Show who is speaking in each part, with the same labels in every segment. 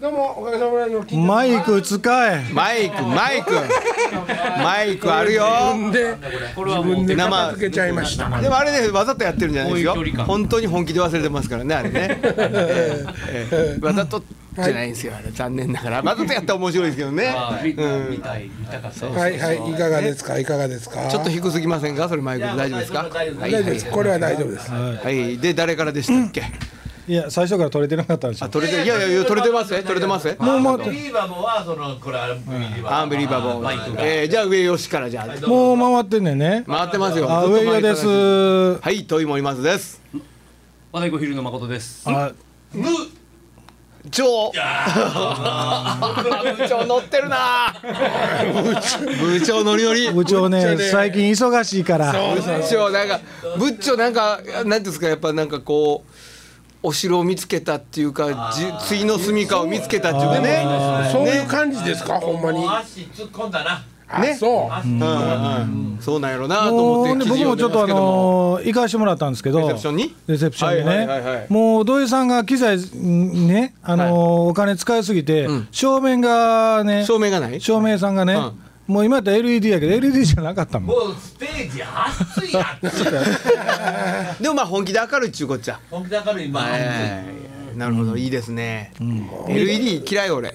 Speaker 1: どうもおかげさまで聞いて
Speaker 2: マイク使え
Speaker 3: マイクマイクマイクあるよ
Speaker 1: で
Speaker 4: これは
Speaker 1: 自
Speaker 4: もう
Speaker 1: 分で
Speaker 3: 生
Speaker 1: 片付けちゃいました
Speaker 3: でもあれねわざとやってるんじゃないですよ
Speaker 4: こういう距離感
Speaker 3: 本当に本気で忘れてますからねあれね、 えーえーわざとじゃないんですよあれ残念ながらわざとやったら面白いですけどね
Speaker 4: あーみ見たい見たかった
Speaker 1: はいはいいかがですかいかがですか
Speaker 3: ちょっと低すぎませんかそれマイク大丈夫ですか
Speaker 4: 大丈夫です
Speaker 3: はいは
Speaker 1: 大丈
Speaker 3: い
Speaker 1: 夫ですこれは大丈夫です
Speaker 3: はいで誰からでしたっけ
Speaker 2: いや最初から取れてなかったんです
Speaker 3: あ
Speaker 2: よ
Speaker 3: 取れていやいやいや取れてますね取れてますね
Speaker 2: もう
Speaker 4: まあ
Speaker 2: 待って
Speaker 4: ビーバーもはそのこれアンビリバボー
Speaker 3: アンビリバボ
Speaker 4: マイク
Speaker 3: ー
Speaker 4: が
Speaker 3: えーじゃあ上吉からじゃあ
Speaker 2: もう回ってんねんね
Speaker 3: 回ってますよ
Speaker 2: あ上与です
Speaker 3: はい問いもいますです
Speaker 4: 和太鼓ヒルの誠です
Speaker 2: あ
Speaker 4: む
Speaker 3: 長 部長乗ってるな 部長乗り乗り
Speaker 2: 部長
Speaker 1: 部
Speaker 2: ね
Speaker 1: 長ね
Speaker 2: 最近忙しいから
Speaker 3: 部長なんか部長なんかなんていうんですかやっぱなんかこうお城を見つけたっていうかじ次の住処を見つけたっていうかね
Speaker 1: そういう感じですかほんまに
Speaker 4: もう足突っ込んだな
Speaker 1: あそう
Speaker 4: 足突っ込んだ
Speaker 3: うんうんそうなんやろなと
Speaker 2: も
Speaker 3: 思
Speaker 2: う
Speaker 3: って
Speaker 2: ね
Speaker 3: 記
Speaker 2: 僕
Speaker 3: 事を
Speaker 2: もちょっとあ
Speaker 3: 読んでます
Speaker 2: のー行かしてもらったんですけど
Speaker 3: レセプションに
Speaker 2: レセプションに
Speaker 3: はいはいはいは
Speaker 2: ね
Speaker 3: い
Speaker 2: もう土井さんが機材んねあのーお金使いすぎて照明が
Speaker 3: け
Speaker 2: ね
Speaker 3: ど照明がない
Speaker 2: 照明さんがね
Speaker 3: うん
Speaker 2: もう今やったら LED やけど LED じゃなかったもん
Speaker 4: もうステージ熱い熱い
Speaker 3: でもまあ本気で明るいっちゅうこっちゃ
Speaker 4: 本気だから今
Speaker 3: はいなるほどいいですね LED 嫌い俺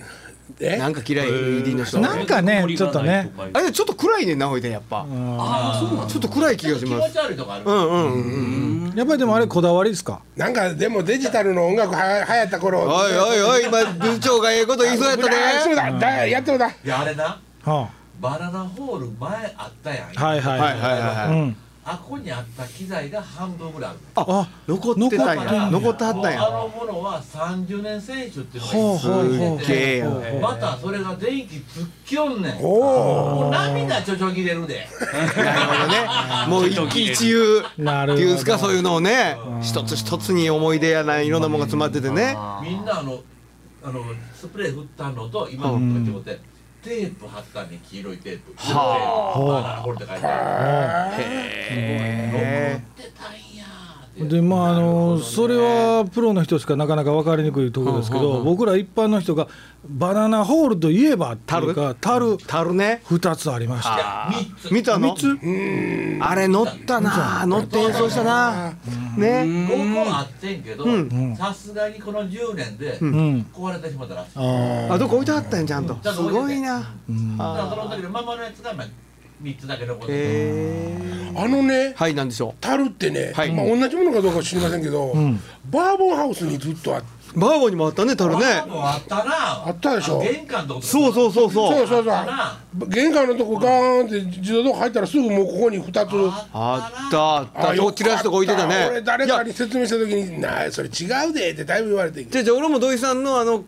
Speaker 1: え
Speaker 3: なんか嫌い LED の人
Speaker 2: なんかねちょっとね
Speaker 3: あれちょっと暗いねんなほいでやっぱ
Speaker 4: ああそうなん
Speaker 3: ちょっと暗い気がし
Speaker 4: 気
Speaker 3: ま
Speaker 4: 持
Speaker 3: す
Speaker 4: ち悪いとかある
Speaker 3: うんうんうんうん
Speaker 2: やっぱりでもあれこだわりですか
Speaker 1: なんかでもデジタルの音楽は流行った頃
Speaker 3: おいおいおい今部長がええこと言いそうや
Speaker 1: あ
Speaker 3: った
Speaker 1: そう
Speaker 3: ね
Speaker 1: だだやってもだ
Speaker 4: いやあれな
Speaker 2: は
Speaker 4: バナナホール前あったやん
Speaker 2: あはいはい
Speaker 3: はいはいはいはい
Speaker 2: うん
Speaker 4: あこにあった機材が半分ぐらいある
Speaker 2: あ
Speaker 3: 残ってたんや残ってはったん
Speaker 4: あ
Speaker 3: や
Speaker 4: のものは30年選手っていう
Speaker 2: ほう
Speaker 4: の
Speaker 2: ほうほう
Speaker 4: が
Speaker 3: すっげえやん
Speaker 4: またそれが電気つっきよんねん
Speaker 1: お
Speaker 4: も
Speaker 1: お
Speaker 4: う涙ちょちょぎれるで
Speaker 3: なるほどねもう一喜一憂って
Speaker 2: なるほど
Speaker 3: いうんですかそういうのをね一つ一つに思い出やないいろんなものが詰まっててね
Speaker 4: みんなあのあのスプレー振ったのと今
Speaker 3: う
Speaker 4: のこうやってテープ貼ったね黄色いテープ
Speaker 2: はあ
Speaker 4: あこれって書いてある
Speaker 3: へ
Speaker 4: 出たんやーって
Speaker 2: でまああのそれはプロの人しかなかなか分かりにくいところですけど僕ら一般の人がバナナホールといえばっていうか樽
Speaker 3: たるね
Speaker 2: 2つありました
Speaker 4: 三つ
Speaker 3: 見たの
Speaker 2: 三つ
Speaker 3: あれ乗ったな乗って演奏したなね
Speaker 4: 5個あってんけどさすがにこの10年で
Speaker 2: ん
Speaker 4: 壊れてしまったらしい
Speaker 3: あどこ置いてあったんやちゃんと
Speaker 4: ちゃん
Speaker 3: す
Speaker 4: と置いて
Speaker 3: ご
Speaker 4: て
Speaker 3: いな
Speaker 4: だからその時のままのやつがまあ三つだけ残ってて
Speaker 3: へえ
Speaker 1: あのね
Speaker 3: はいなんでしょ
Speaker 1: 樽ってね、
Speaker 3: はい
Speaker 1: まあ、同じものかどうかは知りませんけど、バーボンハウスにずっとあ
Speaker 3: うバーゴンにもあったねたるね
Speaker 4: もうあったなあ
Speaker 1: あったでしょ
Speaker 4: 玄関のとこ
Speaker 3: そう
Speaker 4: う
Speaker 3: そうそうそ
Speaker 1: そううそう
Speaker 4: あったな
Speaker 1: そう玄関のとこガーンって自動ドア入ったらすぐもうここに2つ
Speaker 3: あったあったよチラシとか置いてたね
Speaker 1: 俺誰
Speaker 3: いや
Speaker 1: かに説明した時に「なあそれ違うで」ってだいぶ言われてんけ
Speaker 3: じゃあじゃあ俺も土井さんのあの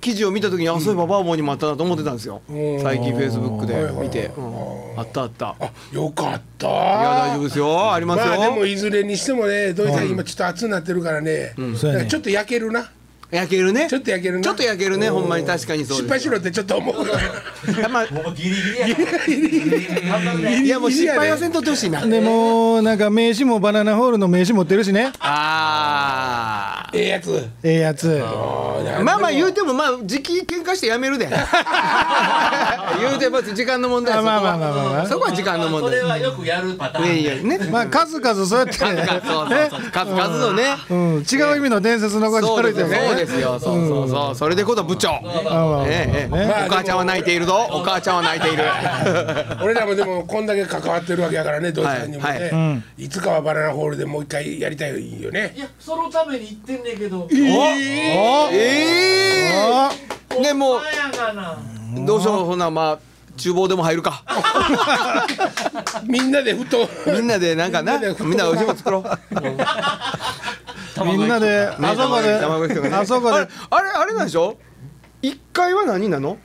Speaker 3: 記事を見た時にあそういえばバーボンにもあったなと思ってたんですよ最近フェイスブックで見てうんあったあったいや
Speaker 1: どよかった
Speaker 3: 大丈夫ですよありますよ
Speaker 1: まあでもいずれにしてもね土井さん今ちょっと熱になってるからね、だか
Speaker 2: そうや
Speaker 1: ら
Speaker 2: ね
Speaker 1: ちょっと焼けるな
Speaker 3: 焼けるね
Speaker 1: ちょっと焼けるな
Speaker 3: ちょっと焼けるねほんまに確かにそう
Speaker 1: 失
Speaker 3: で
Speaker 1: 敗
Speaker 3: す
Speaker 1: しろってちょっと 思うから
Speaker 3: いやまあ
Speaker 4: もうギリギリやからギリギリ頑張るね
Speaker 3: いやもう失敗はせんとってほしいな
Speaker 2: でもうなんか名刺もバナナホールの名刺持ってるしね
Speaker 3: あ
Speaker 1: ええやつ
Speaker 2: ええやつ
Speaker 3: あまあまあ言うてもまあ時期喧嘩してやめ るで言うてます時間の問題
Speaker 2: まあ
Speaker 3: そこ
Speaker 2: まあ
Speaker 3: は
Speaker 2: まあまあまあま
Speaker 3: そこは時間の問
Speaker 4: それ
Speaker 3: 題
Speaker 4: はよくやるパターン
Speaker 3: ね
Speaker 4: ね
Speaker 3: いやね
Speaker 2: あまあ数々そうやって
Speaker 3: 数々そうそうそう数々のね
Speaker 2: うん違う意味の伝説残し
Speaker 3: そ
Speaker 2: と
Speaker 3: う
Speaker 2: る
Speaker 3: で
Speaker 2: っ
Speaker 3: す
Speaker 2: て
Speaker 3: よそう
Speaker 2: ね
Speaker 3: ですよそうそうそうそれでこそ部長
Speaker 2: まあまあまあ
Speaker 3: ええええ
Speaker 1: まあ
Speaker 3: お母ちゃんは泣いているぞお母ちゃんは泣いている
Speaker 1: 俺らもでもこんだけ関わってるわけやからね土井さんにもね、
Speaker 3: はいはい
Speaker 1: いつかはバナナホールでもう一回やりたいよね
Speaker 4: いやそのために言ってんねんけど
Speaker 3: お ええでも
Speaker 4: さやかな
Speaker 3: うどうしようほなまあ厨房でも入るか
Speaker 1: みんなでふと
Speaker 3: みんなでなんか
Speaker 1: み
Speaker 3: な
Speaker 1: んなで
Speaker 3: みんなでお仕事作ろ う
Speaker 2: みんなで
Speaker 3: ね
Speaker 2: あそこで
Speaker 3: 卵焼きとかね
Speaker 2: あそこ
Speaker 3: あれ
Speaker 2: で
Speaker 3: あれあれなんでしょ一階は何なの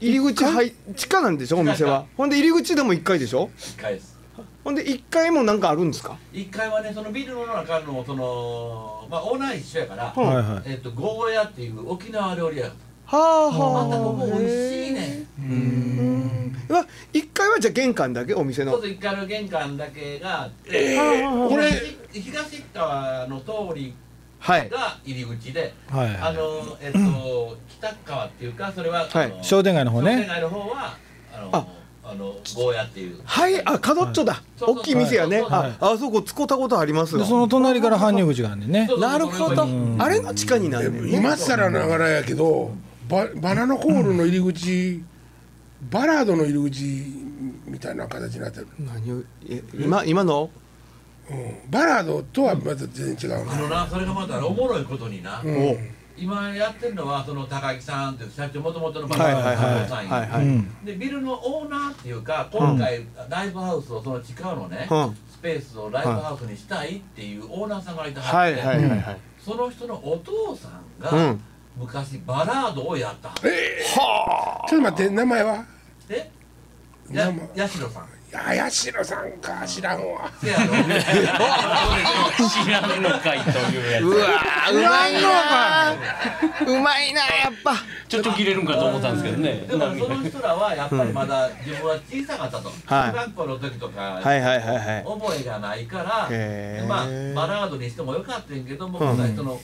Speaker 3: 入り口はい地下なんでしょお店はほんで入り口でも一階でしょ
Speaker 4: 一回です
Speaker 3: ほんで一階もなんかあるんですか
Speaker 4: 一回はねそのビルの中のそのまあオーナー一緒やから
Speaker 2: はいはい
Speaker 4: えっとゴーヤっていう沖縄料理屋
Speaker 3: はあ
Speaker 4: ま
Speaker 3: は
Speaker 4: たここ
Speaker 3: あ
Speaker 4: 美味しいねん
Speaker 3: うわ一階はじゃあ玄関だけお店
Speaker 4: ちょっ
Speaker 3: の
Speaker 4: と一階の玄関だけが
Speaker 1: これ
Speaker 4: 東川の通り
Speaker 3: はい
Speaker 4: が入り口で、
Speaker 2: はい
Speaker 4: あのえっと北川っていうかそれは、
Speaker 3: はい
Speaker 4: あの
Speaker 2: 商店街の方ね
Speaker 4: 商店街の方はあの
Speaker 3: あ
Speaker 4: あのゴーヤっていう
Speaker 3: はいあ角っちょだ
Speaker 4: そうそう
Speaker 3: 大きい店やね
Speaker 4: はい
Speaker 2: は
Speaker 3: あ
Speaker 2: い
Speaker 3: あそこ使ったことあります
Speaker 2: で
Speaker 3: わ
Speaker 2: その隣から搬入口があるんでね
Speaker 4: そう
Speaker 3: なるほど
Speaker 4: う
Speaker 3: あれの地下になるねんね
Speaker 1: 今更ながらやけどババナナホールの入り口、バラードの入り口みたいな形になってる、
Speaker 3: 何をえ今今の
Speaker 1: うんバラードとはまた全然違う
Speaker 4: あ
Speaker 1: な、
Speaker 4: のなそれがまたおもろいことにな、
Speaker 1: うん
Speaker 4: 今やってるのはその高木さんっていう社長もともとのバ
Speaker 3: はいはい
Speaker 4: の
Speaker 3: はい
Speaker 4: 社長さん
Speaker 3: はい
Speaker 4: や
Speaker 3: はい
Speaker 2: うん
Speaker 4: でビルのオーナーっていうか今回ライブハウスをその地下のね、
Speaker 3: うん
Speaker 4: スペースをライブハウスにしたいっていうオーナーさんがいたは
Speaker 3: は
Speaker 4: っ
Speaker 3: い
Speaker 4: て、
Speaker 3: はいはいはい
Speaker 4: その人のお父さんが、
Speaker 3: うん
Speaker 4: 昔バラードをやったはず
Speaker 1: ちょっと待って名前は
Speaker 4: でや
Speaker 1: 生
Speaker 4: やしろさん
Speaker 1: やしろさんか知らんわ
Speaker 4: せ やろ
Speaker 5: 知らんのかいというや
Speaker 3: うわーうまいなーうまいなーやっぱ
Speaker 5: つちょっと切れるんかと思ったんですけどね
Speaker 4: でもその人らはやっぱりまだ自分は小さかったと、
Speaker 3: はい
Speaker 4: 中学校の時とか、
Speaker 3: はいはいはいはい
Speaker 4: 覚えがないから、
Speaker 3: へー
Speaker 4: まあバラードにしてもよかったんやけども、今回その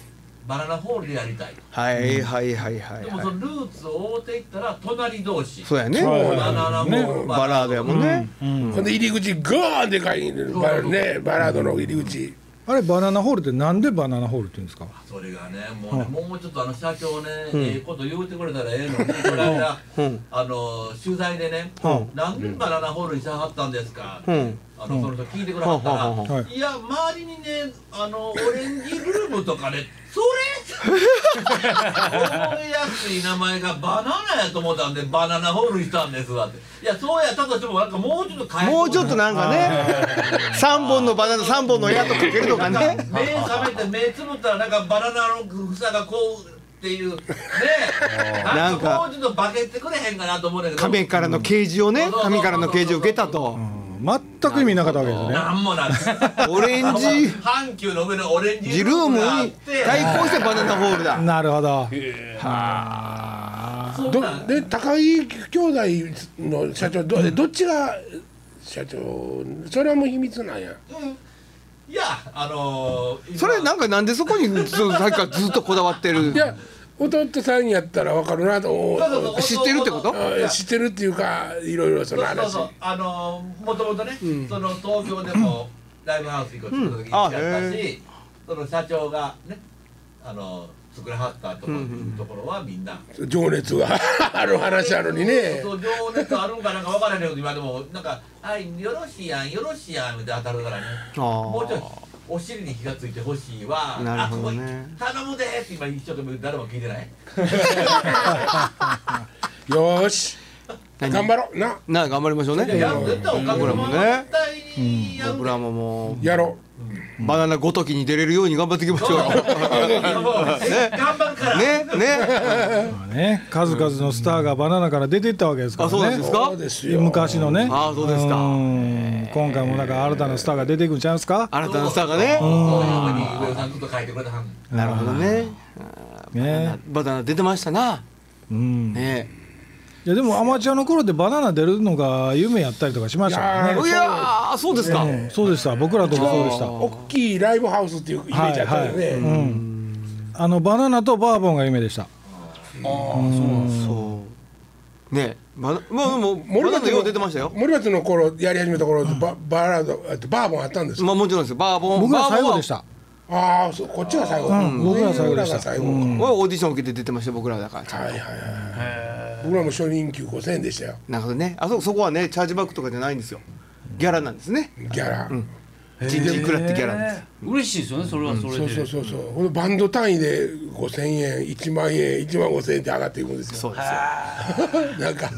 Speaker 4: バナナホールでやりたいと
Speaker 3: はいはいはいはい
Speaker 4: でも
Speaker 3: は
Speaker 4: その
Speaker 3: い
Speaker 4: ルーツを追っていったら隣同士
Speaker 3: そうやね
Speaker 1: そう
Speaker 4: バナナホール
Speaker 3: バラードやもんね
Speaker 1: ほんで入り口ガーンでかいねバラ,、ね、バラードの入り口、
Speaker 2: あれバナナホールってなんでバナナホールって言うんですか
Speaker 4: それがねもうね、もうちょっとあの社長ね、ええこと言うてくれたらええのにこの間、
Speaker 3: うん
Speaker 4: あの取材でね、
Speaker 3: う
Speaker 4: なんでバナナホールにしはったんですか、
Speaker 3: うん
Speaker 4: あのその時聞いてくれはったら、
Speaker 3: うん
Speaker 2: はい
Speaker 4: いや周りにねあのオレンジルームとかねそれ 覚えやすい名前がバナナやと思ったんでバナナホールにしたんですわっていやそうやったとしてもなんかもうちょっと変え
Speaker 3: もうちょっとなんかね三本のバナナ三本の矢とかけるとか
Speaker 4: なん
Speaker 3: ね
Speaker 4: か目覚めて目つぶったらなんかバナナの房がこうっていうねなんかもうちょっと化けてくれへんかなと思うんだけど
Speaker 3: 亀からの啓示をね神からの啓示を受けたと
Speaker 2: 全く意味なかったわけですね
Speaker 4: なんもなく
Speaker 3: オレンジ
Speaker 4: 阪急の上のオレンジ
Speaker 3: ジ
Speaker 4: ル
Speaker 3: ル
Speaker 4: ー
Speaker 3: ー
Speaker 4: ム
Speaker 3: ム
Speaker 4: があっ
Speaker 3: に
Speaker 4: て
Speaker 3: 対抗してバナナホールだ
Speaker 2: なるほど
Speaker 4: そん
Speaker 1: ど
Speaker 4: なん
Speaker 1: で高木兄弟の社長どどっちが社長それはもう秘密なんや
Speaker 4: いやあのー、
Speaker 3: それなんかなんでそこにそうさっきからずっとこだわってる
Speaker 1: いや弟さんやったらわかるなと思う
Speaker 4: そうそうそう
Speaker 3: 知ってるってこと
Speaker 1: あ知ってるっていうかいろいろその
Speaker 4: そうそう
Speaker 1: 話
Speaker 4: そうあのー、もともとね、その東京でもライブハウス行こうって時に行っちゃった
Speaker 3: うんあへ
Speaker 4: し、その社長がねあのー、作らはったとこ,、ところはみんな
Speaker 1: 情熱が ある話あるのにね
Speaker 4: そう情熱あるんかなんか分からへんけど今でもなんか「はいよろしいやんよろしいやん」って当たるからね
Speaker 3: あ
Speaker 4: もうちょい
Speaker 3: ー
Speaker 4: お尻に火がついてほしいわ
Speaker 3: なるほどね
Speaker 4: あここ頼むでーって今一生懸命誰も聞いてない
Speaker 1: よーし
Speaker 3: 何
Speaker 1: 頑張ろうな
Speaker 3: なあ頑張りましょう
Speaker 4: い
Speaker 3: ね
Speaker 4: や絶対おかげ
Speaker 3: 僕ら
Speaker 4: の
Speaker 3: も
Speaker 4: ま
Speaker 3: ね
Speaker 4: ま絶対にやる
Speaker 3: 僕らもも
Speaker 1: やろ
Speaker 3: うバナナごときに出れるように頑張っていきまし ょうよ
Speaker 4: ね、頑張るから、
Speaker 3: ねね
Speaker 2: まあね数々のスターがバナナから出ていったわけですから
Speaker 3: あそうなん
Speaker 1: う
Speaker 3: で
Speaker 2: ね
Speaker 3: すか
Speaker 1: そうですよ
Speaker 2: 昔のね
Speaker 3: あそうですか
Speaker 2: ん今回もなんか新たなスターが出ていくんちゃうんですか
Speaker 3: 新たなスターが
Speaker 4: そう
Speaker 3: ね
Speaker 4: いうふうに上田さんずっと書いてくれたはん
Speaker 3: なるほどね
Speaker 2: ね
Speaker 3: バナナ出てましたな
Speaker 2: うん
Speaker 3: ね
Speaker 2: いやでもアマチュアの頃でバナナ出るのが夢やったりとかしましたから
Speaker 1: いや
Speaker 2: ね
Speaker 3: いやーそうですか
Speaker 2: うんそうでした僕らとかそうでした
Speaker 1: う大きいライブハウスっていうイメージあったよね、
Speaker 2: うん、あのバナナとバーボンが夢でした
Speaker 3: そうねバナまあでも
Speaker 1: 森
Speaker 3: バナ
Speaker 1: 松
Speaker 3: ナよう出て
Speaker 1: の
Speaker 3: ましたよ
Speaker 1: 森松の頃やり始めた頃ババラードあとバーボンあったんですか
Speaker 3: まあもちろんですよバーボン
Speaker 2: 僕
Speaker 3: バ
Speaker 2: ら
Speaker 3: ーボン
Speaker 2: 最後でした
Speaker 1: ああそうこっちが最後、
Speaker 2: ん僕ら最後でした
Speaker 1: 上らが最後か
Speaker 3: はオーディション受けて出てましたよ僕らだから
Speaker 1: はいはいはい僕らも初任給5000円でしたよ
Speaker 3: なるほどねあそそこはねチャージバックとかじゃないんですよギャラなんですね
Speaker 1: ギャラ、
Speaker 3: 人事いくらってギャラなんです
Speaker 5: 嬉しいですよねそれはそれ
Speaker 1: そう
Speaker 5: で
Speaker 1: そうそうそうほんでバンド単位で5000円1万円1万5000円って上がっていくんですよ
Speaker 3: そうですよ
Speaker 1: なんか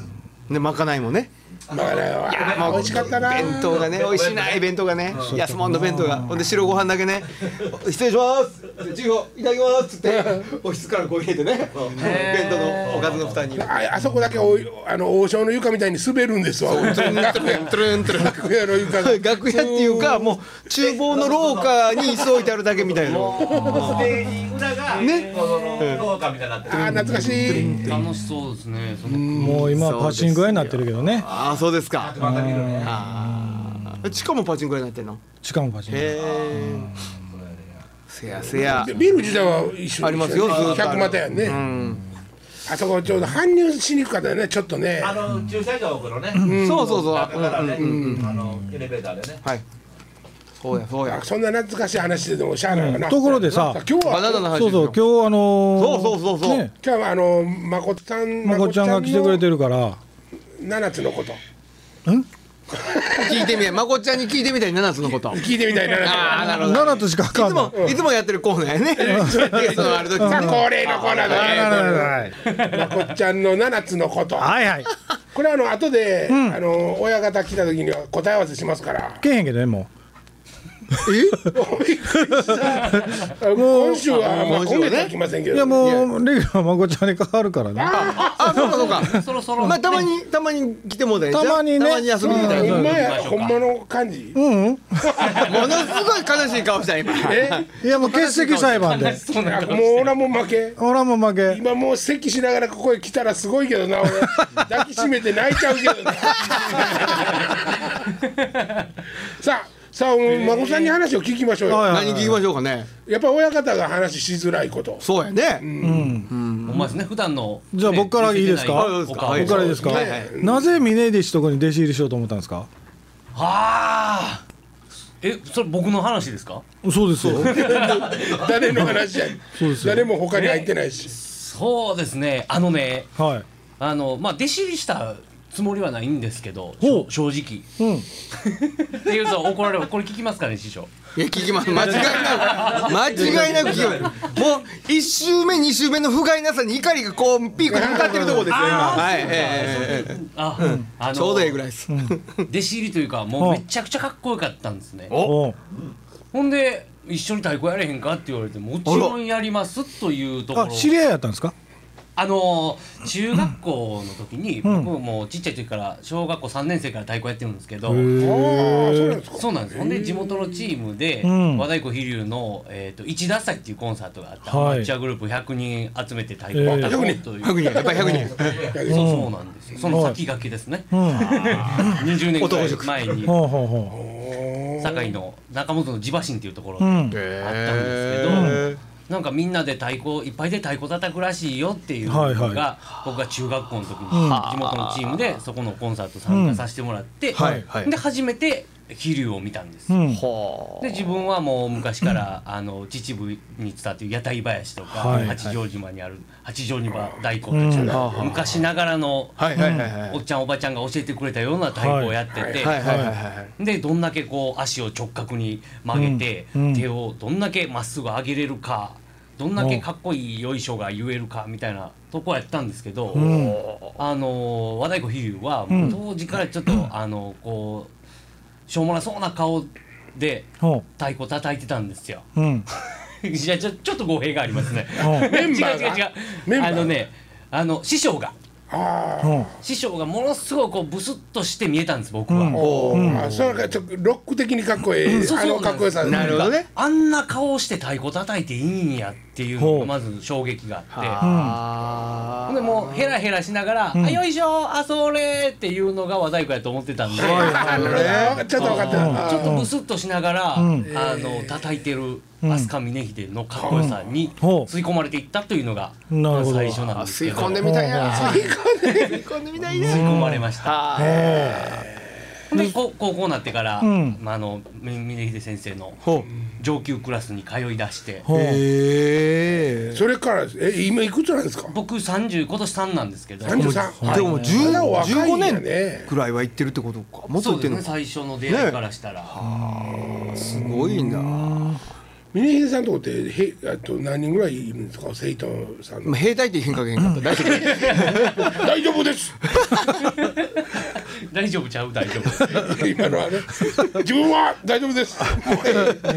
Speaker 3: ねまかないもね
Speaker 1: まあね
Speaker 3: まあ
Speaker 1: 美味しかったな
Speaker 3: 弁当がね美味しいない弁当がね安物の弁当がほんで白ご飯だけね「失礼します」って「授業いただきます」っつってオフィスからこう入れてね弁当のおかずの蓋に
Speaker 1: ああそこだけおあの王将の床みたいに滑るんですわ
Speaker 3: トゥルントゥルントゥルントゥルン
Speaker 1: 楽屋の床が
Speaker 3: 楽屋っていうかもう厨房の廊下に椅子置いてあるだけみたいな
Speaker 4: ステージ裏が、
Speaker 3: ね
Speaker 4: その農家みたいになって
Speaker 1: あー懐かしい
Speaker 5: 楽しそうですねその
Speaker 2: もう今はパチンコ屋になってるけどね
Speaker 3: ああそうですか
Speaker 4: また見るね
Speaker 3: ああ地下もパチンコ屋になってんの
Speaker 2: しかもパチンコ
Speaker 3: へえせやせや
Speaker 1: でビル自体は一緒
Speaker 3: ありますよずっとあ
Speaker 1: 100
Speaker 3: る
Speaker 1: またやんね、あそこちょうど搬入しにくかったよねちょっとね
Speaker 4: あの駐車場奥のね、
Speaker 3: そうそうそう
Speaker 4: 中からね、
Speaker 3: うんうん
Speaker 4: あのエレベーターでね、
Speaker 3: はいそうやそうや
Speaker 1: そんな懐かしい話ででもしゃあないわな、
Speaker 2: ところでさ
Speaker 1: なんか今日
Speaker 3: バナナ
Speaker 1: は
Speaker 3: の話
Speaker 2: そうそう
Speaker 3: 今
Speaker 2: 今日あのー、
Speaker 3: そうそうそうそう
Speaker 2: ね
Speaker 1: 今日はあのまこっちゃん
Speaker 2: まこちゃんが来てくれて
Speaker 1: る
Speaker 2: るから
Speaker 1: 7つのこと
Speaker 3: 日聞いてみてまこっちゃんに聞いてみたい7つのこと あ
Speaker 1: 聞いてみたいな
Speaker 3: あなるほど
Speaker 2: 7つしか
Speaker 3: い
Speaker 2: か
Speaker 3: つ
Speaker 2: んない
Speaker 3: もいつもやってるコーナーやね ゲストのある時
Speaker 1: さあ恒例のコーナー
Speaker 2: あらららら
Speaker 1: だね
Speaker 2: ら
Speaker 1: まこっちゃんの7つのこと
Speaker 2: はいはい
Speaker 1: これあの後で、あの親方来た時には答え合わせしますから
Speaker 2: けへんけどねも
Speaker 1: 今週は、まあ、
Speaker 3: 今週
Speaker 1: 今
Speaker 3: はね
Speaker 1: 月は来ませんけ
Speaker 2: う
Speaker 1: ど
Speaker 2: いやもうレギュラーまこちゃんに変わるからね
Speaker 3: あそうかそうか
Speaker 5: そろそろ
Speaker 3: まあたまにたまに来てもうたね
Speaker 2: たまにね
Speaker 3: たまに遊びに来た
Speaker 1: ほ
Speaker 3: ね
Speaker 1: んま
Speaker 5: 行きま
Speaker 1: や
Speaker 5: しょ
Speaker 1: ほ
Speaker 5: うんか
Speaker 1: まの感じ、
Speaker 2: うんうん
Speaker 3: ものすごい悲しい顔した今
Speaker 1: え
Speaker 2: いやもう欠席裁判で
Speaker 5: そうな
Speaker 1: あ
Speaker 5: ん
Speaker 1: も
Speaker 5: だ
Speaker 1: う俺はもう負け
Speaker 2: 俺はもう負け
Speaker 1: 今もう咳しながらここへ来たらすごいけどな俺抱きしめて泣いちゃうけどなさあさあ孫さんに話を聞きましょうよ、
Speaker 2: はい
Speaker 3: 何聞きましょうかね
Speaker 1: やっぱ親方が話しづらいこと
Speaker 3: そうやね
Speaker 5: ほんまですね普段の
Speaker 2: じゃあ僕からいいですか
Speaker 5: 見せてないお顔
Speaker 3: はい
Speaker 2: 僕からいいですか、
Speaker 3: はいはい
Speaker 2: なぜ峰岸とこに弟子入りしようと思ったんですか
Speaker 5: はあえそれ僕の話ですか
Speaker 2: そうですよ
Speaker 1: 誰の話や
Speaker 2: そうですよ
Speaker 1: 誰も他に入ってないし、
Speaker 5: そうですねあのね
Speaker 2: は
Speaker 5: あのまあ弟子入りしたつもりはないんですけど
Speaker 2: ほう
Speaker 5: 正直
Speaker 2: いうん
Speaker 5: っていうと怒られるこれ聞きますかね師匠
Speaker 3: いや聞きます間違いなく間違いなく聞きますもう一周目二周目の不甲斐なさに怒りがこうピークに向かってるところですよ今はいえええええ
Speaker 5: あ、あ
Speaker 3: え
Speaker 5: の
Speaker 3: ちょうどええぐらいです
Speaker 5: 弟子入りというかもうめちゃくちゃかっこよかったんですね
Speaker 2: お
Speaker 5: ほんで一緒に太鼓やれへんかって言われてもちろんやりますというところ
Speaker 2: あ知り合いやったんですか
Speaker 5: あのー中学校の時に、僕もちっちゃい時から小学校3年生から太鼓やってるんですけど、
Speaker 1: ああそうなんですか
Speaker 5: そうなんですほんで地元のチームで、
Speaker 2: ん
Speaker 5: 和太鼓飛龍の、えー、と一打祭っていうコンサートがあった、
Speaker 2: はい
Speaker 5: アマチュアグループ100人集めて太鼓を叩こうという、
Speaker 3: 100人やっぱり100人
Speaker 5: そうそうなんですよその先駆けですね、
Speaker 2: ん
Speaker 5: 20年ぐらい前に
Speaker 2: ほうほうほ
Speaker 5: 堺の中本の地場神っていうところ
Speaker 2: うう
Speaker 5: であっ
Speaker 2: ん
Speaker 5: たんですけど、なんかみんなで太鼓いっぱいで太鼓叩くらしいよっていうのが、
Speaker 2: はいは
Speaker 5: 僕が中学校の時に
Speaker 2: うん
Speaker 5: 地元のチームでそこのコンサート参加させてもらって、
Speaker 3: んはいはい
Speaker 5: で初めて飛龍を見たんです
Speaker 2: う
Speaker 5: よ。
Speaker 2: ん
Speaker 3: は
Speaker 5: で自分はもう昔から、あの秩父に伝わっている屋台林とか、
Speaker 2: はい
Speaker 5: 八丈島にある八丈島太鼓とか、
Speaker 3: うん
Speaker 5: 昔ながらの
Speaker 3: あはいはいはいはい
Speaker 5: おっちゃんおばちゃんが教えてくれたような太鼓をやってて、
Speaker 3: はいはいはいはい
Speaker 5: でどんだけこう足を直角に曲げて、
Speaker 2: うんうん
Speaker 5: 手をどんだけまっすぐ上げれるかどんだけかっこいいよいしょが言えるかみたいなとこやったんですけど、
Speaker 2: うん
Speaker 5: あのー和太鼓飛龍はもう当時からちょっと、あのこうしょうもなそうな顔で
Speaker 2: ほ
Speaker 5: 太鼓叩いてたんですよ。
Speaker 2: ううん
Speaker 5: いやちょちょっと語弊がありますね。
Speaker 2: ほう
Speaker 1: メンバー
Speaker 5: 違う違う違
Speaker 1: が
Speaker 5: う
Speaker 1: メンバー
Speaker 5: あのねあの師匠が
Speaker 1: ああ
Speaker 2: ほう
Speaker 5: 師匠がものすごいこうブスッとして見えたんです僕は。
Speaker 1: おお、あそれなんかちょっとロック的にかっこいい、
Speaker 5: そう
Speaker 1: あ
Speaker 5: そ
Speaker 1: の
Speaker 5: うな
Speaker 1: か
Speaker 5: ん
Speaker 1: っ
Speaker 5: で
Speaker 1: こよ
Speaker 5: す
Speaker 1: さ
Speaker 3: なるほどね
Speaker 5: あんな顔して太鼓叩いていいんやっていうのがまず衝撃があって
Speaker 3: あ
Speaker 5: ほんでもうヘラヘラしながら「あよいしょあそれ」っていうのが和太鼓やと思ってたんでち
Speaker 1: あなるほどねちょっと分かったあ
Speaker 5: ょっとブスッとしながらあの叩いてる飛鳥峰秀のかっこよさに
Speaker 2: ほう
Speaker 5: 吸い込まれていったというのが
Speaker 2: なるほど
Speaker 5: 最初なんです
Speaker 3: 吸
Speaker 5: け
Speaker 3: い
Speaker 5: ど
Speaker 3: 込んで
Speaker 5: 吸
Speaker 3: みたいな
Speaker 2: は
Speaker 3: 吸い込んでみたい
Speaker 5: い
Speaker 3: な
Speaker 5: 込まれました。
Speaker 3: は
Speaker 5: ほんでこ高校になってから、
Speaker 2: ん
Speaker 5: まあ、あのみ峰秀先生の
Speaker 3: いほう
Speaker 5: 上級クラスに通い出して
Speaker 2: ほう
Speaker 3: ええ
Speaker 1: それからえ今いくつなんですか
Speaker 5: 僕30今年3なんですけど
Speaker 1: 三十三
Speaker 3: でも10
Speaker 1: まだ若いん
Speaker 3: 15
Speaker 1: やね
Speaker 3: 年くらいは行ってるってことかもっと
Speaker 5: そ
Speaker 3: 行
Speaker 5: う
Speaker 3: っ
Speaker 5: で
Speaker 3: てん
Speaker 5: す
Speaker 3: の
Speaker 5: ね
Speaker 3: か
Speaker 5: 最初の出会いからしたら、
Speaker 3: すごいな
Speaker 1: 峰秀さんとこってへあと何人ぐらいいるんですか生徒さんの
Speaker 3: まあ兵隊って変化変化大丈夫
Speaker 1: 大丈夫です
Speaker 5: 大丈夫ちゃう大丈夫
Speaker 1: 今のはね自分は大丈夫です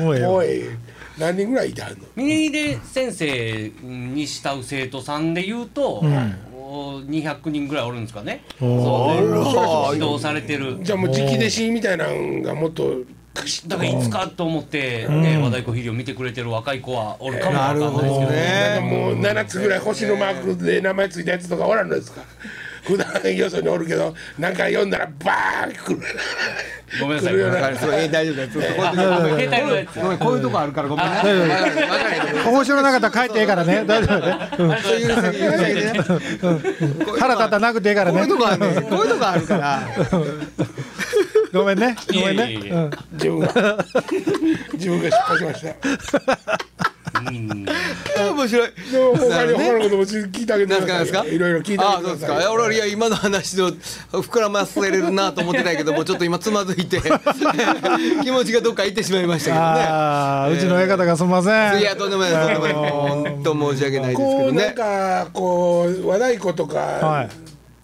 Speaker 2: もうええよ
Speaker 1: おい何人ぐらいいてはんの
Speaker 5: 峰秀先生に慕う生徒さんで言うと、お200人ぐらいおるんですかねそうで指導されてる
Speaker 1: じゃあもう直弟子みたいなのがもっとクシッ
Speaker 5: だ
Speaker 1: と
Speaker 5: からいつかと思って、ね、和太鼓肥料見てくれてる若い子はおる かもわかんないですけど
Speaker 3: なるほどね
Speaker 1: もう7つぐらい星のマークで名前ついたやつとかおらんのですか普段よそにおるけどなんか読んだらバーン来る
Speaker 5: ごめんなさい。
Speaker 1: 来るよ
Speaker 3: だ
Speaker 1: ね
Speaker 3: からそれえー大丈夫だよちょっとこういうとこ
Speaker 5: ごめん携帯のやつ
Speaker 3: ごめんこういうとこあるからごめんねわかるわかる
Speaker 2: 面白なかったら帰ってええからね大丈夫だねうん
Speaker 3: そういう先言うだけでね
Speaker 2: 腹立ったらなくてええから
Speaker 3: こういう
Speaker 2: ね
Speaker 3: とこあるねこういうとこあるから
Speaker 2: ごめん ねごめん
Speaker 5: いえいえい
Speaker 2: ね
Speaker 5: え
Speaker 2: うん
Speaker 1: 自分が自分が失敗しました
Speaker 3: 面白い
Speaker 1: でも他に
Speaker 3: なるほどね
Speaker 1: 他のことも聞いてあげて
Speaker 3: なん
Speaker 1: く
Speaker 3: すかな
Speaker 1: ださ
Speaker 3: んすか
Speaker 1: いよいろいろ聞いて
Speaker 3: あ
Speaker 1: あ
Speaker 3: あ
Speaker 1: げ
Speaker 3: そう
Speaker 1: てくだ
Speaker 3: ですか
Speaker 1: さい
Speaker 3: いや
Speaker 1: よ
Speaker 3: 俺はいや今の話の膨らませれるなと思ってたけどもちょっと今つまずいて 気持ちがどっか行ってしまいましたけど
Speaker 2: あーうちの親方がすんませ
Speaker 3: ね
Speaker 2: ん
Speaker 3: いやとんでもないとんでもない本当申し訳ないですけ
Speaker 1: こ
Speaker 3: ど
Speaker 1: うな
Speaker 3: ね
Speaker 1: んかこう和太鼓と
Speaker 2: は
Speaker 1: か
Speaker 2: い
Speaker 1: っ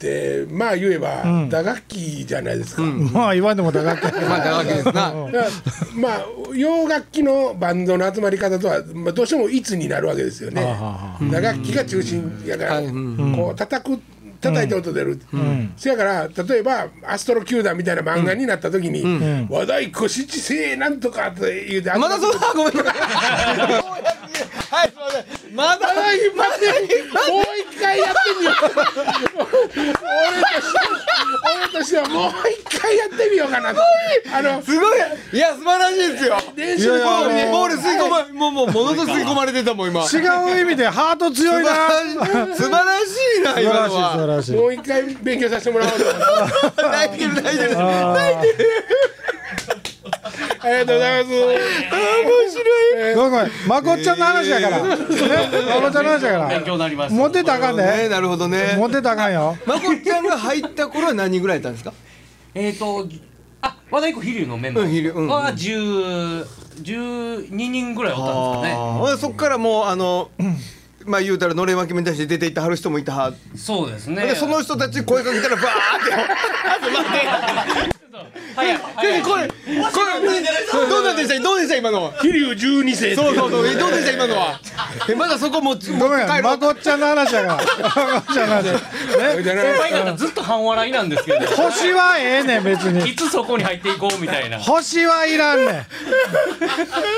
Speaker 1: てまあ言えば打楽器じゃないですか
Speaker 2: まあ言わんでも打楽器
Speaker 3: まあ長けです
Speaker 1: だ
Speaker 3: な
Speaker 1: からまあ洋楽器のバンドの集まり方とは、まあ、どうしてもいつになるわけですよね。打楽器が中心やから、
Speaker 3: はいうん
Speaker 1: こう叩く叩いて音出る、そやから例えば「アストロ球団」みたいな漫画になった時に「和太鼓七星なんとか」って言うて
Speaker 3: まだそ
Speaker 1: の
Speaker 3: うだごめんなさい はいすいませんまだ
Speaker 1: まだまだもう一回やってみよう俺として俺としてはもう一回やってみようかなとあの
Speaker 3: すごいいや素晴らしいですよ
Speaker 1: 練習
Speaker 3: ボ
Speaker 1: ボ
Speaker 3: ール
Speaker 1: ー
Speaker 3: に
Speaker 1: ル
Speaker 3: ボール吸い込まもうもうものと吸い込まれてたもん今素
Speaker 2: 違う意味でハート強い
Speaker 3: 晴
Speaker 2: な
Speaker 3: らしい素晴らしいな
Speaker 2: 素晴
Speaker 3: 今
Speaker 2: らしい
Speaker 3: の
Speaker 2: 素晴
Speaker 3: は
Speaker 2: らしい
Speaker 1: もう一回勉強させてもらおうと思って。
Speaker 3: 泣いてる泣いてる
Speaker 1: ありがとうございます。
Speaker 2: ごめんごめんまこっちゃんの話やから、ね、まこっちゃんの話やか
Speaker 5: 勉強
Speaker 2: ら
Speaker 5: になります。
Speaker 2: モテたらあかん
Speaker 3: ね
Speaker 2: で
Speaker 3: なるほどね
Speaker 2: モテたらあかんよ
Speaker 3: まこちゃんが入った頃は何人ぐらいいたんですか
Speaker 5: えっ、ー、と、あ、和太鼓飛龍のメンバ
Speaker 3: うん飛龍うん
Speaker 5: ーは10、12人ぐらいおったんですかね。
Speaker 3: あーそっからもうあの、まあ言うたらのれん分け目に対して出ていったはる人もいたは、
Speaker 5: そうですね。
Speaker 3: でその人たち声かけたらバ
Speaker 5: 早い
Speaker 3: ーって、これこれどうなんでしたどうでした今のは
Speaker 1: 飛龍十二世。
Speaker 3: そうそうそうえどうでした今のはえまだそこもちも
Speaker 2: ご
Speaker 3: う
Speaker 2: め
Speaker 3: 帰
Speaker 2: ん
Speaker 3: ろ
Speaker 2: ま
Speaker 3: う
Speaker 2: こっちゃんの話やからまこっちゃんの話ね
Speaker 1: じゃ
Speaker 5: 先輩
Speaker 1: ない。
Speaker 5: 方ずっと半笑いなんですけど、
Speaker 2: 星はええねん別に
Speaker 5: いつそこに入っていこうみたいな。
Speaker 2: 星はいらんねん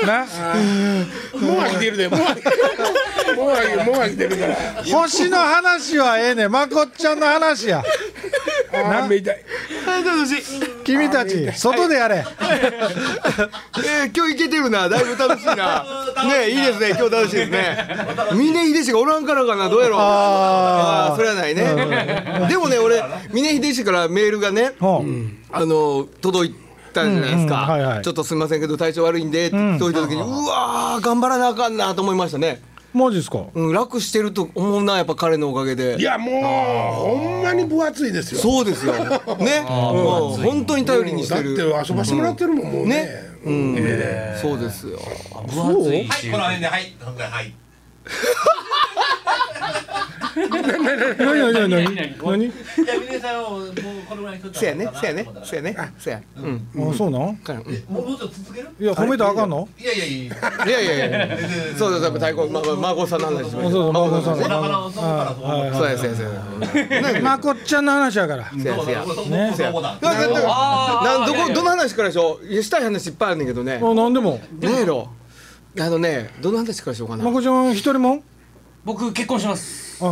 Speaker 2: な
Speaker 1: もう飽きてるで。もう飽きてる。もう飽きてる。もう飽きてるから。
Speaker 2: 星の話はええねんまこっちゃんの話や
Speaker 1: ああ、め痛い。
Speaker 2: 君たち外でやれ
Speaker 3: えー今日いけてるなだいぶ楽しいなねいいですね今日楽しいですね峰秀氏がおらんからかなどうやろうあ
Speaker 2: あー
Speaker 3: あーそれはないねでもね俺峰秀氏からメールがね
Speaker 2: ほう
Speaker 3: あの届いたじゃないですか、
Speaker 2: うんうんはいはい
Speaker 3: ちょっとすみませんけど体調悪いんでって届いた時に、うわー頑張らなあかんなと思いましたね、
Speaker 2: マジっすか
Speaker 3: うん、楽してると思うなやっぱ彼のおかげで
Speaker 1: いや、もう、ほんまに分厚いですよ。
Speaker 3: そうですよねもう本当に頼りにし
Speaker 1: だってて
Speaker 3: る、
Speaker 1: 遊ばしてもらってるもん、もうね
Speaker 3: ね。うんそうですよ
Speaker 5: 分厚い
Speaker 4: はい、
Speaker 5: し
Speaker 4: この。辺で、はい、今回はい。
Speaker 2: 何何何何何
Speaker 4: じゃあ、皆さんを、もう、このぐらいにしとった
Speaker 3: せや
Speaker 4: らいい
Speaker 3: ねせや
Speaker 4: かなと
Speaker 3: ね
Speaker 4: 思っ
Speaker 3: せ
Speaker 4: たら
Speaker 3: やねせや、うん
Speaker 2: あそうなん
Speaker 3: 彼うん
Speaker 4: もう、もうちょっと続ける。
Speaker 2: いや褒めたらあかんの
Speaker 4: いやいやいや。
Speaker 3: いやいやいやそうですやっぱ太鼓まま孫さんの話しま
Speaker 2: あ
Speaker 3: し
Speaker 2: そう
Speaker 3: た
Speaker 2: そうまこっちゃん
Speaker 4: お
Speaker 2: の
Speaker 4: 腹
Speaker 2: 話
Speaker 4: の底からそ
Speaker 3: そう
Speaker 4: う思う。
Speaker 3: やそうやそうや
Speaker 2: まこっちゃんの話やから
Speaker 3: せやせや
Speaker 4: そうだそうだそうだ
Speaker 3: だからだから
Speaker 5: あ
Speaker 3: なん
Speaker 5: ー
Speaker 3: ど
Speaker 5: いやい
Speaker 3: こ
Speaker 5: や
Speaker 3: どの話からでしょういやしたい話いっぱいあるねんだけどね
Speaker 2: あ何でも
Speaker 3: ねえろあのねどの話からしようかな
Speaker 2: まこちゃん一人も
Speaker 5: 僕結婚します。
Speaker 3: お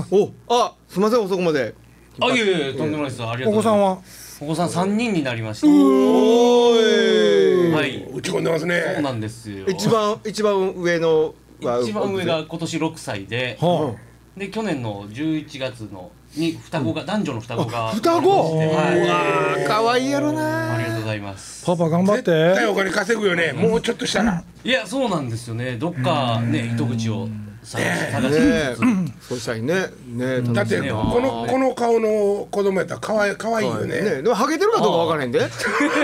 Speaker 3: あすみません遅くまで
Speaker 5: あ、いやいやいや、とんでもないです。ありが
Speaker 2: お
Speaker 5: とうご
Speaker 2: 子
Speaker 5: ざ
Speaker 2: さ
Speaker 5: い
Speaker 2: ん
Speaker 5: ま
Speaker 2: は
Speaker 5: す。お子さん三人になりました。
Speaker 3: おーい
Speaker 5: はい。
Speaker 1: 打ち込んでます
Speaker 5: そう
Speaker 1: ね。
Speaker 5: なんですよ。
Speaker 3: 一番一番上のは
Speaker 5: 一番上が今年6歳で、
Speaker 2: は
Speaker 5: で去年の11月のに双子が、男女の双子が
Speaker 2: 双子
Speaker 5: はい、
Speaker 3: あー可愛いやろ
Speaker 5: あり
Speaker 3: な
Speaker 5: がとうございます
Speaker 2: パパ頑張っ
Speaker 1: 絶対
Speaker 2: て
Speaker 1: お金稼ぐよね。もうちょっとしたら。
Speaker 5: いやそうなんですよねどっかね糸口を探し探し
Speaker 3: ねえ
Speaker 5: つつ
Speaker 3: そうしたいねねえ
Speaker 1: だっ、
Speaker 3: 楽してい
Speaker 1: こ
Speaker 5: ね
Speaker 1: の、この顔の子供やったら、可愛い、可愛いよね。
Speaker 3: ねえでもハゲてるかどうかわからへんで
Speaker 5: 可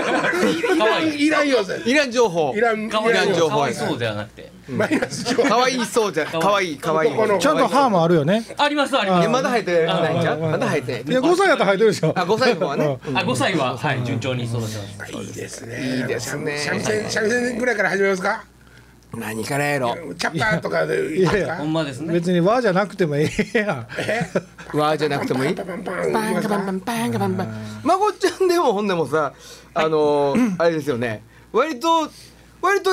Speaker 5: 愛い
Speaker 1: いらんよ、ぜ。
Speaker 3: イラン情報
Speaker 1: いらん、い
Speaker 5: 可愛
Speaker 1: らん
Speaker 5: い
Speaker 1: よ。
Speaker 5: 可愛そうではなくて
Speaker 1: マイナス情
Speaker 3: 可
Speaker 1: 報。
Speaker 3: 愛いそうじゃ可愛い可愛い
Speaker 1: 男の
Speaker 2: ちゃんと歯もあるよね
Speaker 5: ありますあり
Speaker 3: え
Speaker 5: ます
Speaker 3: まだ生えてないんじゃうまだ生えて
Speaker 2: いや5歳やったら生えてるでしょ
Speaker 3: あ五歳の子はね
Speaker 5: あ5歳は、はい、順調に育てます
Speaker 1: いいですね。いい
Speaker 3: ですね
Speaker 1: 三味線、三味線ぐらいから始めますか。
Speaker 3: 何からやろ
Speaker 1: チャッパーとかでいいです
Speaker 2: いやい
Speaker 1: か
Speaker 5: ほ。んまですね
Speaker 2: 別に和じゃなくてもええや
Speaker 1: え
Speaker 3: わーじゃなくてもいい
Speaker 1: パンパンパン
Speaker 3: バン
Speaker 1: パン
Speaker 3: カバンバンバンカバンバンまこちゃんでもほんでもさあのーあれですよね割と割と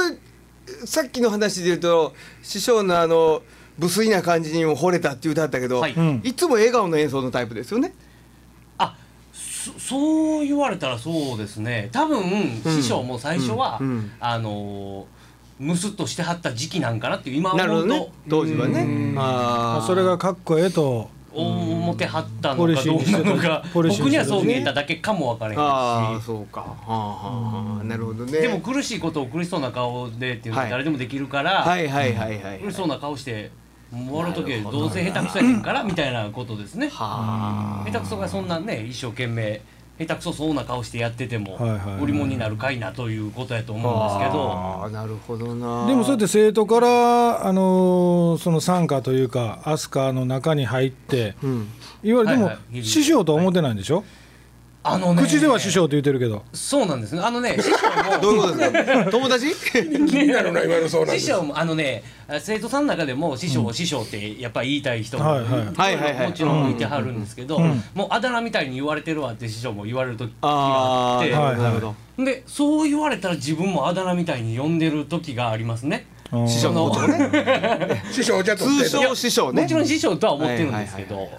Speaker 3: さっきの話で言うと師匠のあの無粋な感じにも惚れたって言うてはったけど、
Speaker 5: はい
Speaker 3: い、つも笑顔の演奏のタイプですよね
Speaker 5: そそう言われたらそうですね多分師匠も最初は、
Speaker 3: うんうん
Speaker 5: あのームスッとしてはった時期なんかなっていう今
Speaker 3: なる
Speaker 5: 思
Speaker 3: ほど
Speaker 5: う
Speaker 3: ね
Speaker 5: と
Speaker 3: 当時はねあ
Speaker 2: まあ
Speaker 3: ー
Speaker 2: それがかっこええと
Speaker 5: 思ってはった
Speaker 2: ポ
Speaker 5: の
Speaker 2: リ
Speaker 5: か
Speaker 2: シー
Speaker 5: ど
Speaker 2: にし
Speaker 5: う
Speaker 2: て
Speaker 5: な
Speaker 2: た
Speaker 5: のか
Speaker 2: ポ
Speaker 5: 僕
Speaker 2: リシーにして
Speaker 5: に
Speaker 2: た
Speaker 5: はそう見えただけかも分からへん
Speaker 3: ああ
Speaker 5: し
Speaker 3: そうかはあはあはあなるほどね
Speaker 5: でも苦しいことを苦しそうな顔でっていうのは
Speaker 3: はい
Speaker 5: 誰でもできるから、
Speaker 3: はいはいはいはい
Speaker 5: 苦しそうな顔して笑う時はどうせ下手くそやねんからみたいなことですね下
Speaker 3: は
Speaker 5: 手くそがそんなね一生懸命下手くそそうな顔してやってても
Speaker 2: はいはい
Speaker 5: 売り物になるかいなということやと思うんですけど
Speaker 3: ああなるほどな
Speaker 2: でもそうやって生徒から、あのーその傘下というか飛鳥の中に入って
Speaker 3: うん
Speaker 2: いわゆるでも、
Speaker 5: はいはい
Speaker 2: 師匠とは思ってないんでしょ、
Speaker 5: あのね
Speaker 2: 口では師匠と言ってるけど
Speaker 5: そうなんですねあのね師匠も
Speaker 3: どういうことです か友達
Speaker 1: 気になるな今のそうなんです
Speaker 5: 師匠もあのね生徒さんの中でも師匠、師匠ってやっぱり言いたい人も、
Speaker 2: はいはい
Speaker 3: はいはいはい
Speaker 5: もちろんいてはるんですけど、もうあだ名みたいに言われてるわって師匠も言われる時が
Speaker 3: あ
Speaker 5: あ っ
Speaker 3: あ
Speaker 5: て
Speaker 2: はい
Speaker 3: なるほど
Speaker 5: でそう言われたら自分もあだ名みたいに呼んでる時がありますね。
Speaker 2: うん
Speaker 3: 師匠のことね
Speaker 1: 師匠お茶とって
Speaker 3: 通称師匠ね
Speaker 5: もちろん師匠とは思ってるんですけ
Speaker 3: は
Speaker 5: ど
Speaker 3: いはい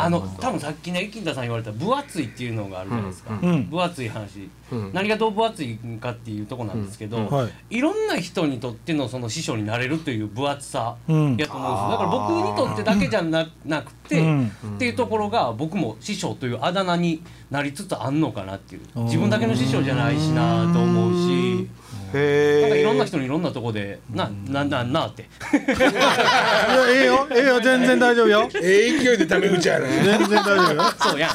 Speaker 5: あの多分さっきね金田さん言われた分厚いっていうのがあるじゃないですか、
Speaker 2: うん
Speaker 5: 分厚い話、
Speaker 3: うん
Speaker 5: 何がどう分厚いかっていうとこなんですけど、
Speaker 3: うん
Speaker 2: はい
Speaker 5: いろんな人にとってのその師匠になれるという分厚さやと
Speaker 2: う
Speaker 5: 思うん
Speaker 2: ん
Speaker 5: ですよだから僕にとってだけじゃななくて、
Speaker 2: うん
Speaker 5: っていうところが僕も師匠というあだ名になりつつあんのかなっていう自分だけの師匠じゃないしなと思うし。
Speaker 3: へえ
Speaker 5: なんかいろんな人にいろんなとこで、な、な、な、なって。
Speaker 2: いやええよええよ全然大丈夫よ
Speaker 1: ええ勢いでタメ口やね
Speaker 2: 全然大 丈夫よ
Speaker 5: そうやん。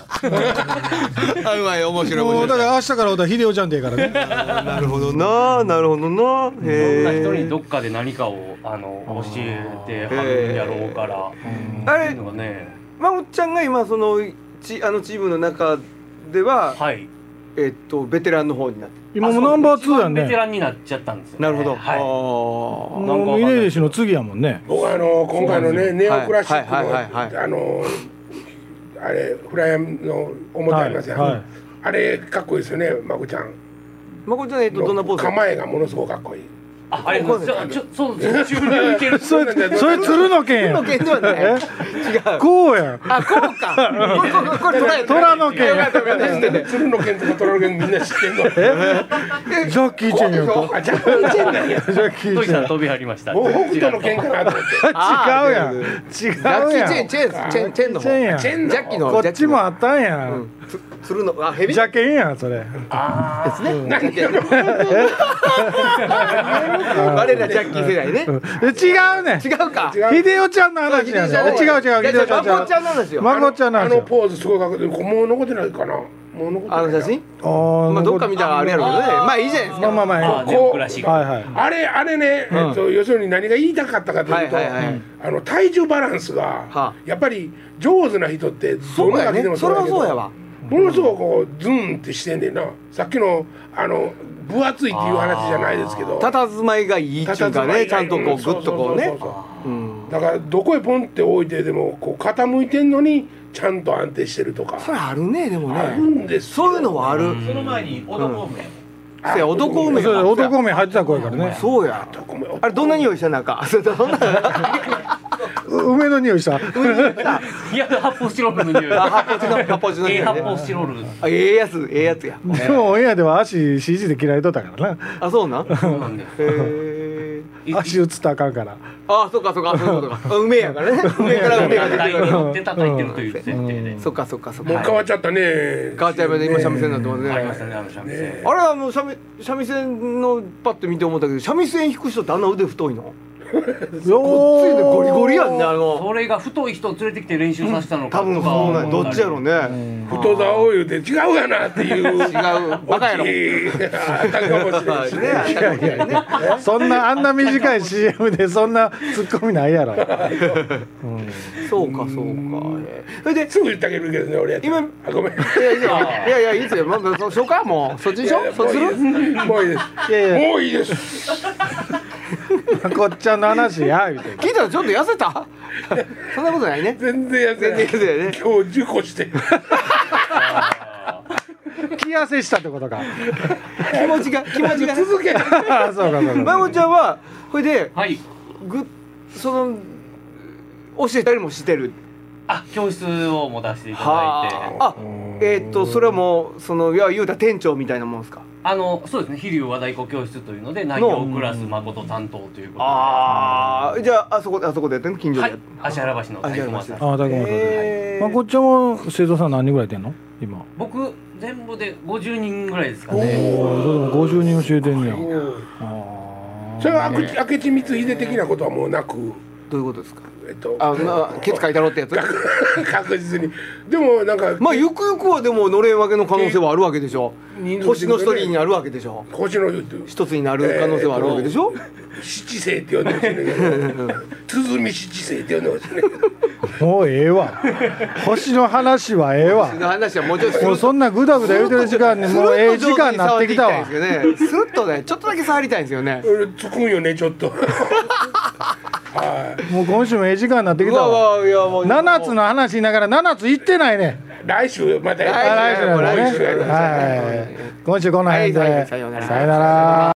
Speaker 3: あうまい面白い面
Speaker 2: も
Speaker 3: 白
Speaker 2: う
Speaker 3: い
Speaker 2: だから明日からおたら秀夫ちゃんでいいからね
Speaker 3: なるほどななるほどな
Speaker 5: どんな人
Speaker 3: へ
Speaker 5: に
Speaker 3: え
Speaker 5: どっかで何かをあの教えてはるんやろうから、
Speaker 3: あ
Speaker 5: ってい
Speaker 3: れ
Speaker 5: うのがね、
Speaker 3: まおっちゃんが今そのちあのチームの中では
Speaker 5: はい。
Speaker 3: えっとベテランの方になって
Speaker 2: 今もうナンバーツーやん
Speaker 5: ベテ
Speaker 2: ね
Speaker 5: ランになっちゃったんですよね。
Speaker 3: なるほど
Speaker 5: はい。
Speaker 3: あ
Speaker 5: なんか
Speaker 2: も
Speaker 5: わ
Speaker 2: う
Speaker 5: かんない
Speaker 2: 峰岸の次やも んね
Speaker 1: 僕はあの今回のねネオクラシック
Speaker 3: はいはいはいはい
Speaker 1: のあのあれフライヤーの表ありますやん、
Speaker 2: はいはい
Speaker 1: あれかっこいいですよねまこちゃん
Speaker 3: ーまこっちゃんえっとどんなポーズ
Speaker 1: 構えがものすごくかっこいい
Speaker 5: あ、あれ、ちょ、ちょ、そう、ちょ中流いける。
Speaker 2: それそれ鶴の剣や
Speaker 3: の件ではない違う
Speaker 2: こうやん
Speaker 3: あこうかこれこれこれ捉え
Speaker 2: 虎の剣や
Speaker 1: 鶴の剣とか虎の剣みんな知ってんの
Speaker 2: ジャッキーチェンやん
Speaker 1: あジャッキーチェンなんや
Speaker 2: ジャッキ
Speaker 5: ト
Speaker 2: ー
Speaker 5: イ
Speaker 2: チェ
Speaker 5: さ
Speaker 2: ン
Speaker 5: ん飛び入りました。
Speaker 1: もう北斗の剣かなと思って
Speaker 2: 違うやん
Speaker 3: 違う
Speaker 2: 違うやん
Speaker 3: チェンチェンチェンチェンの方
Speaker 2: チェンやん
Speaker 1: チェン
Speaker 3: ジャッキーの
Speaker 2: こっちもあったんや、
Speaker 3: つつるのあヘビ
Speaker 2: ジャケンやんそれ
Speaker 1: 何やろ
Speaker 3: 我らジャッキー世代
Speaker 2: で
Speaker 3: ね
Speaker 2: 違うねん
Speaker 3: 違うか
Speaker 1: 違う
Speaker 2: 秀夫ちゃんの話やねん違う違う
Speaker 3: い
Speaker 2: 秀夫
Speaker 3: やじ
Speaker 2: ちゃ
Speaker 3: ゃあ
Speaker 2: ん
Speaker 3: まこっち
Speaker 2: ち
Speaker 3: ゃ
Speaker 2: ゃ
Speaker 3: んなんです
Speaker 2: う
Speaker 3: よ
Speaker 2: まこちゃんの
Speaker 1: あ
Speaker 2: 話
Speaker 1: の
Speaker 2: や
Speaker 1: ポーズすごいかっこいいもう残ってないかなもう残ってない
Speaker 3: あの写真
Speaker 2: あー
Speaker 3: まあどっか見たらあれやろうけどねまあいいじゃないです
Speaker 2: まあ
Speaker 3: か
Speaker 2: まあまあ
Speaker 5: あー、
Speaker 2: え
Speaker 5: ネオクラシッ
Speaker 2: え
Speaker 5: ク。
Speaker 2: はいはい
Speaker 1: あれあれね、えっと、要するに何が言いたかったかというと、
Speaker 3: はいはいはい
Speaker 1: あの体重バランスが、
Speaker 3: はあ
Speaker 1: やっぱり上手な人って
Speaker 3: そ
Speaker 1: どん
Speaker 3: う
Speaker 1: な
Speaker 3: や
Speaker 1: 人で
Speaker 3: ね
Speaker 1: も
Speaker 3: それはそうやわ
Speaker 1: ものすごくこうズンってしてんねんなさっきのあの分厚いっていう話じゃないですけど
Speaker 3: たたずまいがいいっていうかねちゃんとこうグッとこうね
Speaker 1: うんだからどこへポンって置いてでもこう傾いてんのにちゃんと安定してるとか
Speaker 3: それあるねでも
Speaker 1: あるん
Speaker 3: ね
Speaker 1: ですよ
Speaker 3: そういうのはある
Speaker 4: その前に男名
Speaker 3: せや男梅
Speaker 2: それ男目入ってた声からね
Speaker 3: そうや
Speaker 1: ごめん
Speaker 3: あれどんな匂いしたなんか それどんな
Speaker 2: 梅の匂いした
Speaker 5: いや、発泡スチロールの匂い。
Speaker 3: あ発泡スチロール発泡スチロール
Speaker 5: A
Speaker 3: の匂
Speaker 5: 発
Speaker 3: いね
Speaker 5: 泡スチロール。
Speaker 3: あええやつええやつや
Speaker 2: でもオンエアでは足 CG で切られとったからな
Speaker 3: あそう なん
Speaker 5: そうなんです。
Speaker 3: へえ
Speaker 2: 足映ったらあかんから
Speaker 3: あそうかそうかそういうことかあ梅やからね梅から梅が出てく
Speaker 5: 団体に
Speaker 3: る
Speaker 5: 乗って叩いてるという設定で。
Speaker 3: そっかそっかそっ
Speaker 1: もう
Speaker 3: か
Speaker 1: 変わっちゃったね、変
Speaker 3: 変わっちゃいました今三味線だと思って
Speaker 5: ありま
Speaker 3: ね
Speaker 5: したね、あの三味
Speaker 1: ね
Speaker 5: 線。
Speaker 3: あれあの三味三味線のパッと見て思ったけど三味線弾く人ってあんな腕太いの
Speaker 2: ごっつい
Speaker 3: ついでゴリゴリやんねあの
Speaker 5: それが太い人を連れてきて練習させたのか
Speaker 3: 多
Speaker 5: とか
Speaker 3: 分そうなんやどっちやろうね
Speaker 1: 太さを言うて違うやなっていう違う
Speaker 3: 違うバカやろ
Speaker 1: あったかもしれんし
Speaker 3: ね
Speaker 1: ね
Speaker 2: そんなあんな短い CM でそんなツッコミないやろ
Speaker 3: そうかそうかえーそれです
Speaker 1: ぐ言ってあげるけどね俺やったら
Speaker 3: 今
Speaker 1: あごめん
Speaker 3: いやいやいやいやいいですよまあそそうかもうそっちでしょそっちの
Speaker 1: もういいです
Speaker 2: いやい
Speaker 1: もういいです
Speaker 2: やこっちゃんの話やみたいな
Speaker 3: 聞いたらちょっと痩せた そんなことないね
Speaker 1: 全然やせない
Speaker 3: 全然痩せないね
Speaker 1: 今日事故して
Speaker 2: 気痩せしたってことか
Speaker 3: 気持ちが気持ちがね
Speaker 1: 続け
Speaker 2: あそうかそう
Speaker 3: ま
Speaker 2: か
Speaker 3: こちゃんはこれで
Speaker 5: はい
Speaker 3: ぐその教えたりもしてる
Speaker 5: あ教室をも出していただいて
Speaker 3: はああえーっとそれはもうそのいわゆる店長みたいなもんですか
Speaker 5: あのそうですね飛龍和太鼓教室というので内容クラス誠担当ということで
Speaker 3: ああじゃああそこあそこでやってんの近所で
Speaker 5: は
Speaker 3: や
Speaker 5: い
Speaker 3: ってんの
Speaker 5: 芦原橋の太鼓マスター
Speaker 2: ああ、だから、
Speaker 3: えー
Speaker 2: まあ、こっちも生徒さん何人ぐらいいてんの今。
Speaker 5: 僕全部で50人ぐらいですか
Speaker 2: おお
Speaker 5: ね
Speaker 2: ー、五十人教えてんねや。あ
Speaker 1: それは明智明智光秀的なことはもうなく
Speaker 3: どういうことですか
Speaker 1: えっと
Speaker 3: あなケツ書いたろってや つ
Speaker 1: 確実にでもなんか、
Speaker 3: まあゆくゆくはでものれん分けの可能性はあるわけでしょ
Speaker 1: 人数
Speaker 3: 星の一人になるわけでしょ
Speaker 1: 星の
Speaker 3: 一つになる可能性はあるわけでしょ、
Speaker 1: 七星って呼んでほしいんだ けど鼓七星って呼んでほしいんだけど
Speaker 2: あ、もうええわ。星の話はええわ。
Speaker 3: の話はもうちょっとす
Speaker 2: も
Speaker 3: る
Speaker 2: うそんなぐだぐだ言うてる時間に、もうええ時間になってきたわ
Speaker 3: ス。ルッとねちょっとだけ触りたいんですよね
Speaker 1: 俺つくんよねちょっ とはい
Speaker 2: もう今週もええ時間になってき
Speaker 3: う
Speaker 2: た
Speaker 3: わ
Speaker 2: わ。
Speaker 3: うわいやもう
Speaker 2: 七つの話言いながら、七つ行ってないね。
Speaker 1: 来週また
Speaker 2: あ
Speaker 3: 来週
Speaker 1: é
Speaker 2: 来週なのね。
Speaker 1: 来週やります
Speaker 2: はい。今週この辺で。
Speaker 3: はいさようなら
Speaker 2: さようなら。